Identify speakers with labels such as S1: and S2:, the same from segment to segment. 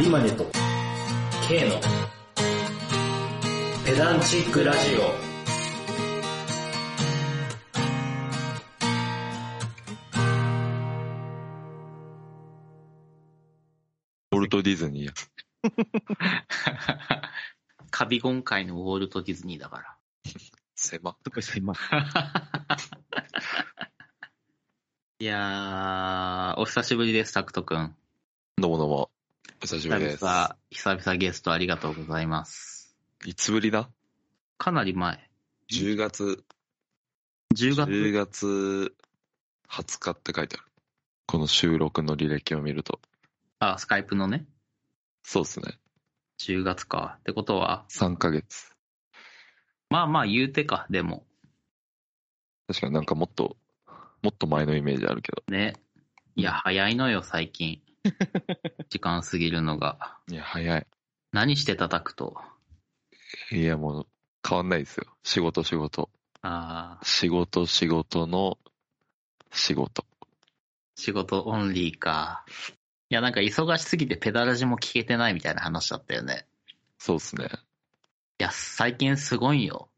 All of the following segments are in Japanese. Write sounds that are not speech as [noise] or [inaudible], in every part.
S1: 有馬ネと K のペダンチックラジ
S2: ウォルト・ディズニーや。
S3: カビゴン界のウォルト・ディズニーだか
S2: 狭。
S4: すごい狭
S3: ら。
S4: い。
S3: [laughs] いやー、お久しぶりです、タクトくん。
S2: どうもどうも。お久しぶりです。
S3: 々、久々ゲストありがとうございます。
S2: いつぶりだ
S3: かなり前。
S2: ?10 月、
S3: 10月。
S2: 10月20日って書いてある。この収録の履歴を見ると。
S3: あ、スカイプのね。
S2: そうですね。
S3: 10月か。ってことは、
S2: 3ヶ月。
S3: まあまあ言うてか、でも。
S2: 確かになんかもっと、もっと前のイメージあるけど。
S3: ね。いや、早いのよ、最近。時間過ぎるのが。
S2: いや、早い。
S3: 何して叩くと。
S2: いや、もう変わんないですよ。仕事、仕事。
S3: あー
S2: 仕事、仕事の仕事。
S3: 仕事オンリーか。いや、なんか忙しすぎてペダラジも聞けてないみたいな話だったよね。
S2: そうですね。
S3: いや、最近すごいよ。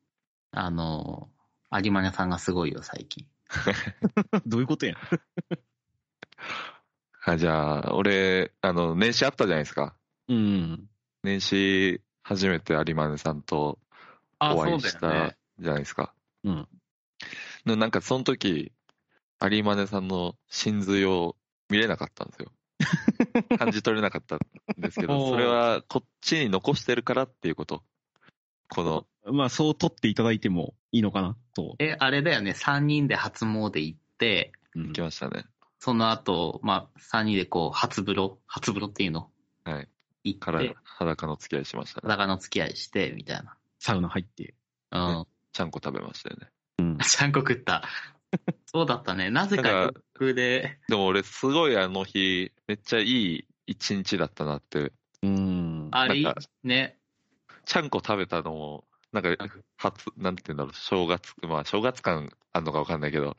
S3: あの、有馬根さんがすごいよ、最近。
S4: [laughs] どういうことやん。 [laughs]
S2: あ、じゃあ、俺、あの、年始あったじゃないですか。
S4: うん。
S2: 年始、初めて有馬根さんとお会いし
S3: そうだよ
S2: た
S3: ね。
S2: じゃないですか。
S4: うん
S2: でなんかその時、有馬根さんの真髄を見れなかったんです
S4: [laughs]
S2: よ。感じ取れなかったんですけ
S4: お
S2: ど、
S4: ー
S2: それはこっちに残してるからっていうこと。この、
S4: まあ、そう取っていただいてもいいのかなと。
S3: え、あれだよね、3人で初詣行って、
S4: うん
S2: 来ましたね。
S3: その後、まあ、3人でこう、初風呂、初風呂っていうの
S2: はい。
S3: 行
S2: か
S3: っ
S2: ら
S3: て、
S2: 裸の付き合いしましたね。
S3: 裸の付き合いして、みたい
S4: サウナ入って。
S3: な。うん。
S2: ちゃんこ食べましたよね。
S4: うん。
S3: [laughs] ちゃんこ食
S2: [laughs]
S3: った。そうだったね。なぜ
S2: な
S3: か
S2: んか
S3: 僕で、
S2: でも俺すごいあの日、めっちゃいい一日だったなって。
S4: うん。
S3: あれ
S2: なんか、
S3: ね。
S2: ちゃんこ食べたのも、なんか、初、なんて言うんだろう、正月、まあ正月感あんのかわかんないけど、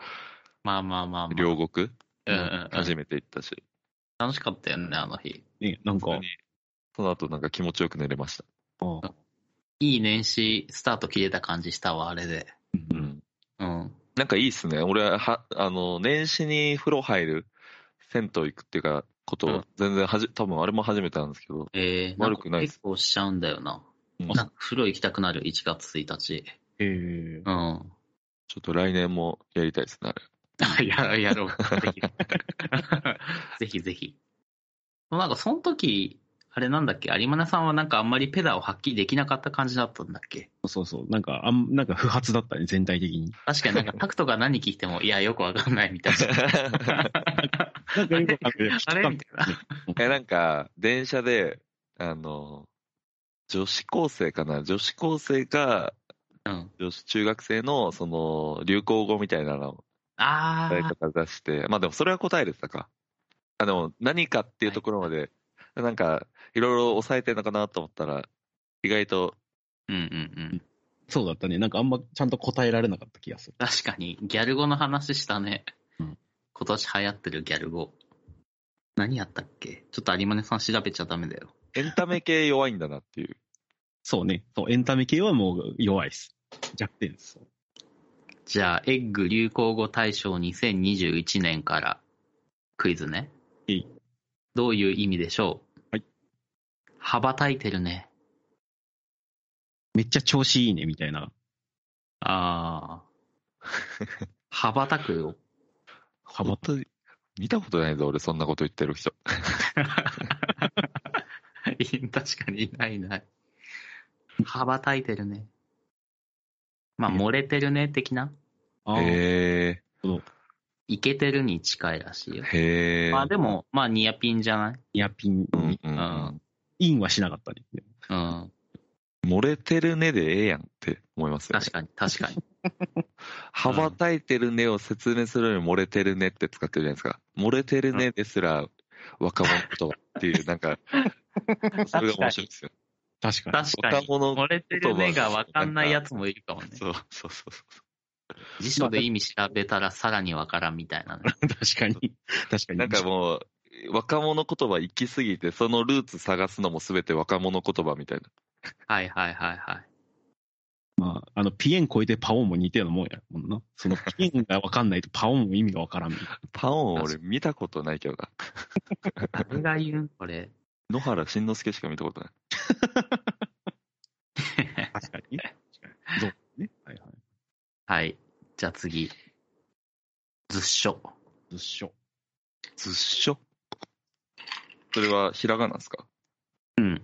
S3: まあまあまあまあ。
S2: 両国
S3: うんうんうん
S2: 初めて行ったし、
S3: 楽しかったよね、あの日。
S4: ね、なんか
S2: 本当、にその後なんか気持ちよく寝れました。
S4: あ
S3: いい年始、スタート切れた感じしたわ、あれで。
S4: う。
S2: うんん
S3: うん。
S2: なんかいいっすね。俺はは、あの、年始に風呂入る、銭湯行くっていうか、こと
S3: うん
S2: を、全然はじ、多分あれも初めてなんですけど、
S3: えー、
S2: 悪くない
S3: んか結構しちゃうんだよな。
S2: うん
S3: なんか風呂行きたくなる、1月1日。
S4: えー
S3: う、ん。
S2: ちょっと来年もやりたいですね、あ
S3: [laughs]
S2: れ。
S3: や、やろう。ぜひ。 [laughs] ぜひぜひ。なんかその時、あれなんだっけ、有馬菜さんはなんかあんまりペダを発揮できなかった感じだったんだっけ
S4: そうそう。なんか、あん、なんか不発だったね、全体的に。
S3: 確かになんかタクトが何聞いても、いや、よくわかんないみ [laughs] たいな。
S4: なんかよくわかんない
S3: [laughs]
S4: [laughs]
S3: あれみたいな。
S2: え、なんか、電車で、あの、女子高生かな女子高生か、
S3: うん。
S2: 女子中学生の、その、流行語みたいなのを
S3: あ
S2: 答え方出して、まあでもそれは答えれてたか。あ、でも何かっていうところまで、なんかいろいろ抑えてるのかなと思ったら、意外と、
S3: ー。うんうんうん。
S4: そうだったね。なんかあんまちゃんと答えられなかった気がする。
S3: 確かに、ギャル語の話したね。
S4: うん
S3: 今年流行ってるギャル語。何やったっけちょっと有馬根さん調べちゃダメだよ。
S2: エンタメ系弱いんだなっていう。
S4: そうね。そう、エンタメ系はもう弱いです。弱点です。
S3: じゃあ、エッグ流行語大賞2021年からクイズね。
S4: えい
S3: どういう意味でしょう
S4: はい。
S3: 羽ばたいてるね。
S4: めっちゃ調子いいね、みたいな。
S3: あ [laughs] ー。羽ばたくよ。
S4: 羽ば
S2: 本当に見たことないぞ、俺そんなこと言ってる人。
S3: 確かにいないいない。羽ばたいてるね。まあ、漏れてるね、的な。
S4: あー
S2: へ
S3: いけてるに近いらしいよ
S2: え、。へえ。
S3: まあでも、まあニアピンじゃない
S4: ニアピン、
S2: うんうん
S3: あ
S4: インはしなかったね。
S3: うん。
S2: 漏れてるねでええやんって思いますよ、ね
S3: 確。かに、確 [laughs] かに。
S2: 羽ばたいてるねを説明するのに漏れてるねって使ってるじゃないですか。漏れてるねですら若者言葉っ
S3: [laughs]
S2: ていう、なんか、それが面白いですよ。
S4: 確か [laughs] に。
S3: 確かに。
S2: 若者
S3: 漏れてる目がわかんないやつもいるかもね。
S2: そうそうそうそう。
S3: 辞書で意味調べたらさらにわからんみたいなね。
S4: 確かに。確かに。
S2: なんかもう、若者言葉行き過ぎて、そのルーツ探すのも全て若者言葉みたいな。
S3: [laughs] はいはいはいはい。
S4: まあ、あの、ピエン超えてパオンも似てるようなもんやもんな。そのピエンがわかんないとパオンも意味がわからんみたいな。
S2: パオン俺見たことないけどな。
S3: 誰が言うんこれ。
S2: 野原慎之介しか見たことない。
S4: 確かに。 [laughs] そうね。はいはい。
S3: はい。じゃあ次。ずっしょ。
S4: ずっしょ。
S2: ずっしょそれはひらがなですか
S3: うん。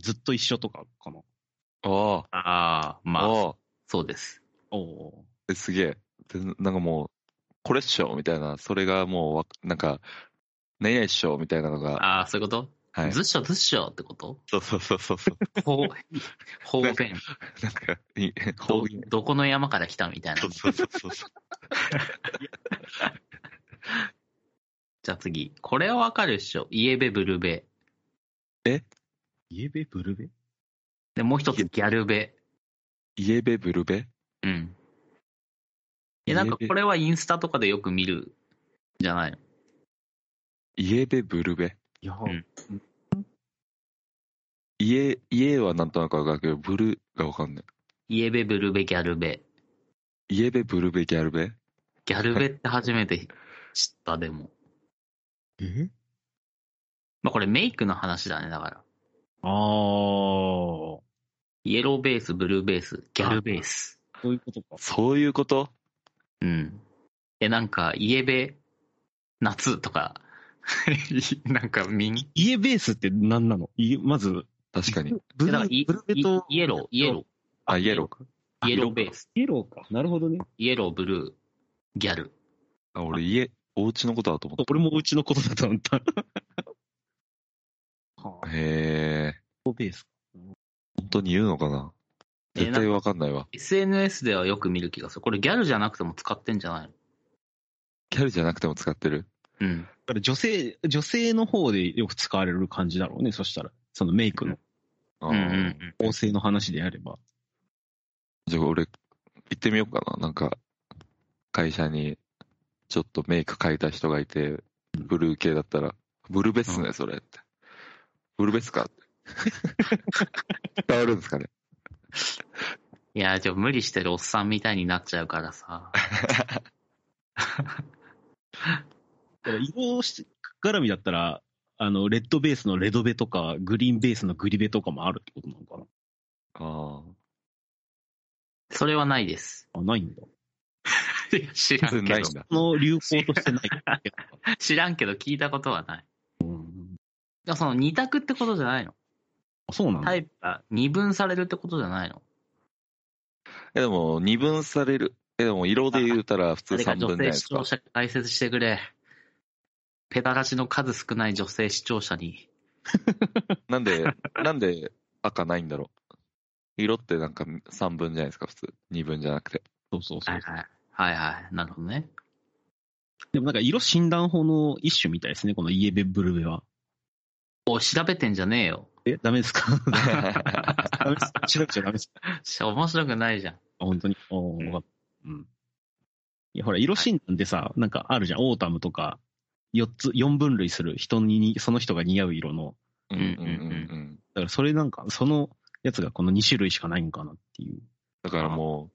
S4: ずっと一緒とかかな。
S2: あ
S3: ああ、
S2: あ。
S3: まあ、
S2: ああ。
S3: そうです。
S4: おお
S2: え、すげえ。でなんかもう、これっしょみたいな、それがもうわ、なんか、何々っしょみたいなのが、
S3: ああ、そういうこと、
S2: はい
S3: ず。っしょずっしょってこと
S2: そうそうそうそうそう。
S3: [laughs] 方方言
S2: [laughs] なんか、いい方
S3: ど
S2: 言。。
S3: どこの山から来たみたいな。
S2: そうそうそうそうそう。
S3: じゃあ次。これはわかるっしょ。イエベブルベ。
S4: イエベブルベ
S3: で、もう一つギャルベ。
S2: イエベブルベ
S3: うん。え、なんか
S2: イエベ
S3: これはインスタとかでよく見るじゃないの。
S2: イエベブルベ。
S4: いや、
S3: ん
S2: 家、家はなんとなくわかるけど、ブルがわかんない。
S3: イエベブルベギャルベ。
S2: イエベブルベギャルベ
S3: ギャルベって初めて知った、でも。
S4: え
S3: まあこれメイクの話だね、だから。
S4: ああ、そ
S3: イエローベース、ブルーベース、ギャルベース。
S4: ういうことか。
S2: そういうこと
S3: うん。え、なんか、イエベ、夏とか、 [laughs] なんか、みん、
S4: イエベースって何なのいまず、
S2: 確かに。
S4: ブ
S3: え
S4: ル
S3: だから
S4: ー
S3: イ
S4: ブルベ
S3: イ
S4: と
S3: イエロー、イエロ
S2: あ、イエローか。
S3: ー、イエローベース、
S4: イエローか。なるほどね。
S3: イエロー、ブルー、ギャル。
S2: あ、俺家、お家のことだと思っ
S4: 俺もうちのことだと [laughs] 思った。
S2: た。へえ。
S4: ベース。
S2: 本当に言うのかな
S3: え
S2: 絶対わかんないわ。
S3: SNS ではよく見る気がする。これギャルじゃなくても使ってんじゃない
S2: キャルじゃなくても使ってる。
S3: のうん。
S4: だから女性、女性の方でよく使われる感じだろうね。そしたら、そのメイクの
S2: あ
S3: う
S2: ー
S3: んうんうん。
S4: 構成の話であれば。
S2: じゃあ俺、行ってみようかな。なんか、会社に、ちょっとメイク変えた人がいて、ブルー系だったら、ブルベっすね、それって。ブルベっすか
S3: [laughs]
S2: って。伝わるんですかね。
S3: いやー、ちょ、無理してるおっさんみたいになっちゃうからさ。
S4: だから色し絡みだったら、あの、レッドベースのレドベとか、グリーンベースのグリベとかもあるってことなのか
S2: あ
S3: それはないです。 [laughs]
S4: なあ、ないんだ。
S3: いや知ら
S2: あ。
S3: んけ
S2: ないん
S3: ど。
S2: だ。
S4: その流行として [laughs] ない。
S3: 知らんけど聞いたことはない。
S4: うん
S3: でもその二択ってことじゃないの
S4: あそうなんだ。
S3: タイプが二分されるってことじゃないの
S2: え、でも、二分される。え、でも、色で言うたら、普通
S3: 誰か
S2: 三
S3: 女
S2: 分じゃな
S3: 性
S2: いで
S3: 視
S2: すか
S3: 聴。者解説してくれ。ペタラジの数少ない女性視聴者に。
S2: なんで、なんで赤ないんだろう。色ってなんか三分じゃないですか、普通。二分じゃなくて。
S4: そうそうそ
S3: は
S4: う
S3: い。はい。はいはい。なるほどね。
S4: でもなんか色診断法の一種みたいですね、このイエベブルベは。
S3: お、調べてんじゃねえよ。
S4: え、ダメです [laughs] かダメです調べちゃダメですか
S3: し面白くないじゃん。
S4: あ本当に。お
S3: う
S4: ー
S3: ん
S4: わかった。うん。いや、ほら、色診断ってさ、なんかあるじゃん。オータムとか、四つ、四分類する人に、その人が似合う色の。
S2: うん
S3: んう
S2: う
S3: んん
S2: う
S3: うんん
S2: うん。
S4: だからそれなんか、そのやつがこの2種類しかないんかなっていう。
S2: だからも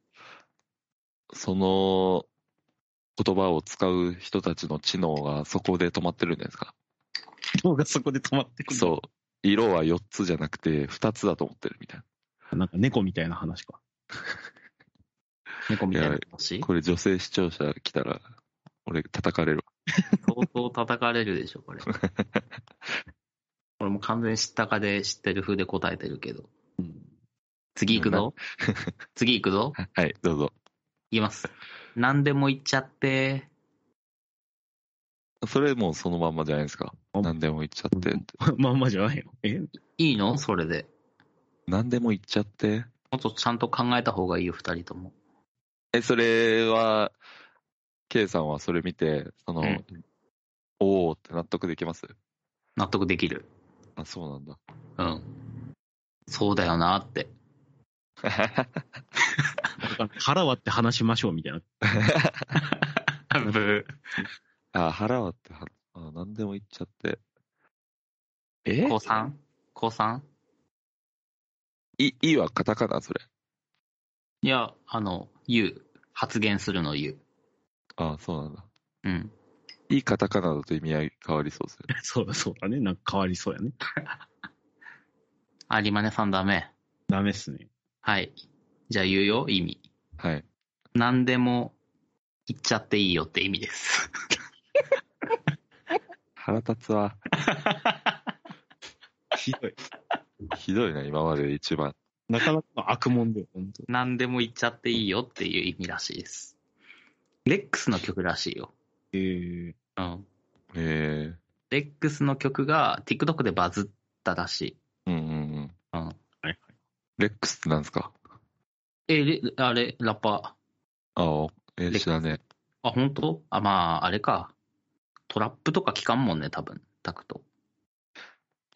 S2: う、その言葉を使う人たちの知能がそこで止まってるんじゃないですか。
S4: 人がそこで止まってくる。。
S2: そう。色は4つじゃなくて2つだと思ってるみたいう
S4: なんか猫みたいな話か。 [laughs]
S3: 猫みたい
S2: い
S3: な
S2: や
S3: 話
S2: な。これ女性視聴者来たら、俺叩かれる
S3: 相当叩かれるでしょ、
S2: [laughs]
S3: これ。これもう完全に知ったかで知ってる風で答えてるけど。次行く
S2: [laughs]
S3: ぞ。次行くぞ。
S2: わ。はい、どうぞ。
S3: 言います。何でも言っちゃって。
S2: それもうそのまんまじゃないですか。
S4: あ
S2: 何でも言っちゃってって。
S4: まんまじゃないの。え [laughs]
S3: いいのそれで。
S2: 何でも言っちゃって。
S3: もっとちゃんと考えた方がいいよ、二人とも。
S2: え、それは、K さんはそれ見て、その、
S3: うん
S2: おおって納得できます
S3: 納得できる。
S2: あ、そうなんだ。
S3: うん。そうだよなって。
S4: 腹割って話しましょうみたいな。
S3: ブー
S2: あ、腹割っては、あ何でも言っちゃって。え
S3: 高三高三
S2: い、いはカタカナそれ。
S3: いや、あの、言う。発言するの言う。
S2: ああ、そうなんだ。
S3: うん。
S2: いいカタカナだと意味合い変わりそうですね。
S4: [laughs] そうだそうだね。なんか変わりそうやね。
S3: 有馬根さんダメ。
S4: ダメっすね。
S3: はい。じゃあ言うよ、意味。
S2: はい。
S3: 何でも言っちゃっていいよって意味です。 [laughs]
S2: 腹立つわ。
S4: ひどい。
S2: ひどいな、今までで一番。
S4: [laughs] なかなかの悪もんだよ、本当。
S3: 何でも言っちゃっていいよっていう意味らしいです。レックスの曲らしいよ。
S4: えー、
S3: うん。
S2: え
S3: レックスの曲が TikTok でバズったらしい。
S2: えうんうんうん。
S3: うん。
S2: レックスってなんですか
S3: え、レあれ、ラッパ
S2: ああ、
S3: レ
S2: え
S3: ック
S2: ー、
S3: ス
S2: 知らね
S3: ー。あ、本当？あ、まあ、あれか。トラップとか聞かんもんね、多分。タクト。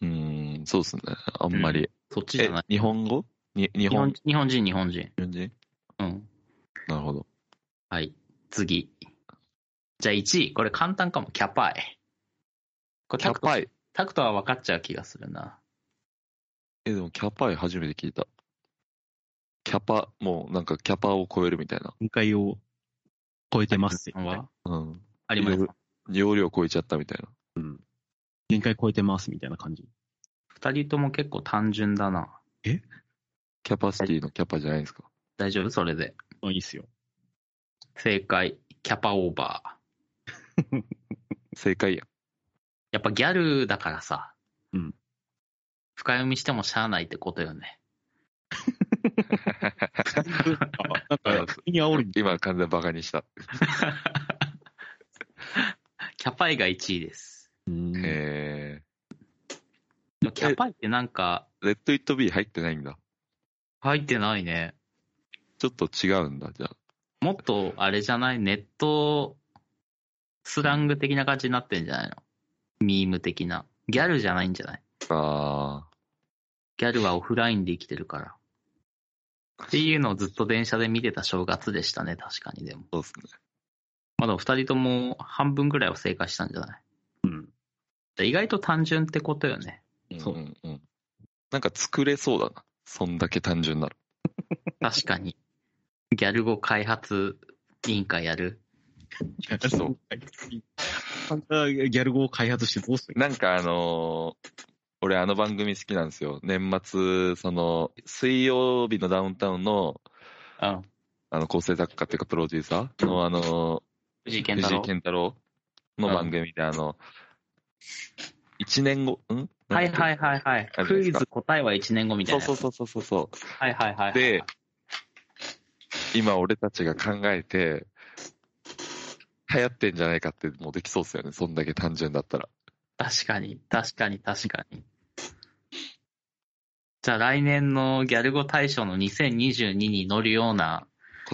S2: え。うーん、そうですね。あんまり。
S3: そっちじ
S2: え
S3: ゃない、。
S2: 日本語に日
S3: 日本
S2: 本
S3: 日本人、日本人。
S2: 日本人
S3: うん。
S2: なるほど。
S3: はい。次。じゃあ1位。これ簡単かも。キャパイ。これ
S2: キ
S3: タ
S2: ャ
S3: クト
S2: パイ。
S3: タクトは分かっちゃう気がするな。
S2: え、でもキャパイ初めて聞いた。キャパ、もうなんかキャパを超えるみたいな。
S4: 限界を超えてます。
S3: は
S2: うん。
S3: あります
S2: いろいろ容量超えちゃったみたいな。
S4: 限界超えてます、みたいな感じ。
S3: 二人とも結構単純だな。
S2: キャパシティのキャパじゃないですか。
S3: 大丈夫それで。
S4: あ、いいっすよ。
S3: 正解。キャパオーバー。
S2: 正解やん。
S3: やっぱギャルだからさ。
S4: うん。
S3: 深読みしてもしゃあないってことよね。
S4: なんか、 [laughs] 君に煽る。
S2: 今完全にバカにした。
S3: キャパイが1位です。
S4: うん
S2: え
S3: でもキャパイってなんか、
S2: ー、レッド・イット・ビー入ってないんだ。
S3: 入ってないね。
S2: ちょっと違うんだ、じゃあ。
S3: もっと、あれじゃないネット、スラング的な感じになってんじゃないのミーム的な。ギャルじゃないんじゃない
S2: あ
S3: ギャルはオフラインで生きてるから。っていうのをずっと電車で見てた正月でしたね、確かにでも。
S2: ー、そうですね。
S3: まだ二人とも半分ぐらいは正解したんじゃない
S4: うん。
S3: で意外と単純ってことよね。
S4: そうん
S2: うん。なんか作れそうだな。そんだけ単純なら。
S3: 確かに。ギャル語開発委員会やる
S2: そう
S4: ギャル語を開発してどうする
S2: なんかあのー俺あの番組好きなんですよ。年末、その、水曜日のダウンタウンの、
S3: うん。
S2: あの、構成作家っていうかプロデューサーのあの
S3: 藤井
S2: ー、
S3: 健太郎
S2: 藤井。健太郎の番組であの、一年後、ん。
S3: はいはいいはいはい。
S2: あれ
S3: ク
S2: で
S3: イ
S2: すか
S3: ズ答えは1年後みたい
S2: そう
S3: な。
S2: そう
S3: う。
S2: そうそうそうそう。
S3: はいはいはい。
S2: で、今俺たちが考えて、流行ってんじゃないかって、もうできそうっすよね。そんだけ単純だったら。
S3: 確かに、確かに確かに。じゃあ来年のギャル語大賞の2022に乗るような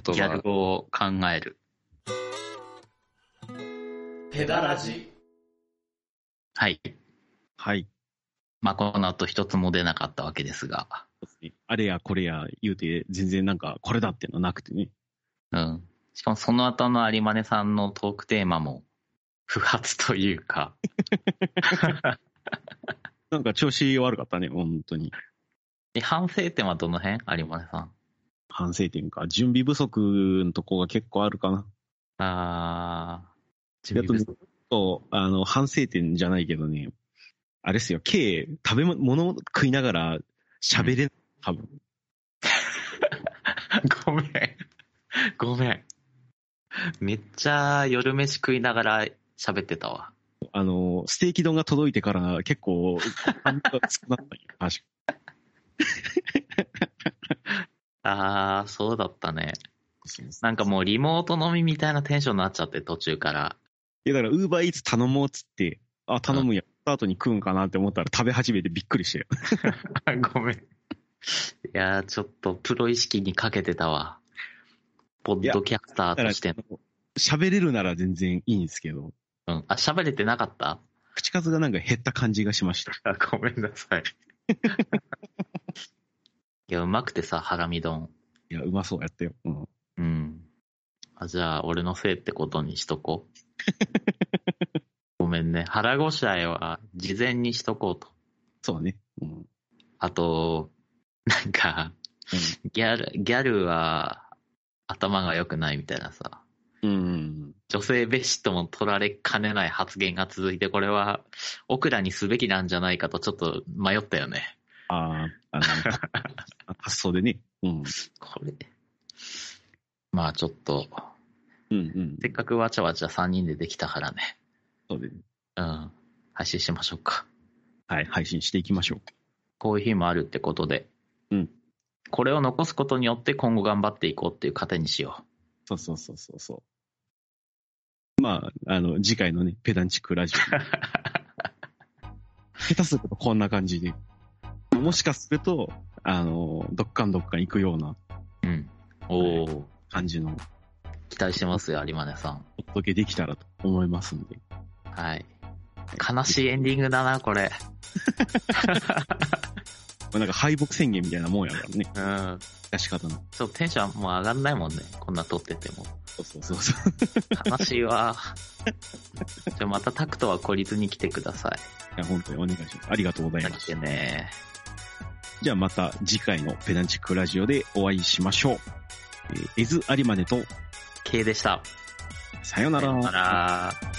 S2: 言
S3: ギャル
S2: 葉。
S3: 語を考える。
S1: ペダラジ。
S3: はい。
S4: はい。
S3: まあ、この後一つも出なかったわけですが。
S4: あれやこれや言うて、全然なんか、これだってのなくてね。
S3: うん。しかもその後の有馬根さんのトークテーマも、不発というか、
S4: なんか調子悪かったね、本当に。
S3: え反省点はどの辺有馬根さん。
S4: 反省点か。準備不足のとこが結構あるかな。
S3: あー、準備不足
S4: そう、あの、反省点じゃないけどね。あれっすよ、K、食べ物食いながら喋れ、ん、多分。
S3: ごめん。ごめん。めっちゃ夜飯食いながら喋ってたわ。
S4: あの、ステーキ丼が届いてから結構、反応が少なかったんよ確か
S3: あー、そうだったね。
S4: に。
S3: なんかもうリモート飲みみたいなテンションになっちゃって途中から。 [laughs]
S4: いや、だから、ウーバーイーツ頼もうっつって、あ、頼むんや。スタートに食うんかなって思ったら食べ始めてびっくりして。
S3: ごめん。いやー、ちょっとプロ意識にかけてたわ。ポッドキャスター
S4: だから
S3: としての。
S4: 喋れるなら全然いいんですけど、
S3: うん。あ、喋れてなかった [laughs]
S4: 口数がなんか減った感じがしました。
S3: あ、ごめんなさい。
S4: [laughs]
S3: いや、うまくてさ、ハラミ丼。
S4: いや、うまそうやったよ。うん。
S3: うん。あ、じゃあ、俺のせいってことにしとこう。ごめんね。腹ごしらえは事前にしとこうと。
S4: そうね。うん。
S3: あと、なんか、ギャル、ギャルは頭が良くないみたいなさ、
S4: うん。
S3: 女性蔑視とも取られかねない発言が続いて、これは、オクラにすべきなんじゃないかとちょっと迷ったよね。
S4: あーあの、発想でね。うん。
S3: これ。まあちょっと、
S4: うんうん。
S3: せっかくわちゃわちゃ3人でできたからね。
S4: そうでね。
S3: うん。配信しましょうか。
S4: はい、配信していきましょう。
S3: こういう日もあるってことで。
S4: うん。
S3: これを残すことによって今後頑張っていこうっていう糧にしよう。
S4: そうそうそうそうそう。まあ、あの、次回のね、ペダンチックラ [laughs] ジオ。下手するとこんな感じで。もしかすると、あの、どっかんどっかん行くような
S3: うん。おお、
S4: 感じの
S3: 期待してますよ、有馬根さん。
S4: お届けできたらと思いますんで。
S3: はい。悲しいエンディングだな、これ。
S4: まあなんか敗北宣言みたいなもんやからね。
S3: うん。
S4: 出し方の。
S3: ちょっとテンションもう上がんないもんね。こんな撮ってても。
S4: そうそうそうそう。
S3: 悲しい [laughs] わ。じゃあまたタクトは懲りずに来てくださ
S4: いや、本当にお願いします。ありがとうござ
S3: い。
S4: いま
S3: 来
S4: す。
S3: てね。
S4: じゃあまた次回のペダンチックラジオでお会いしましょう。えー、エズ・アリマネと、
S3: K でした。
S4: さよな
S3: さような
S4: ら。
S3: ら。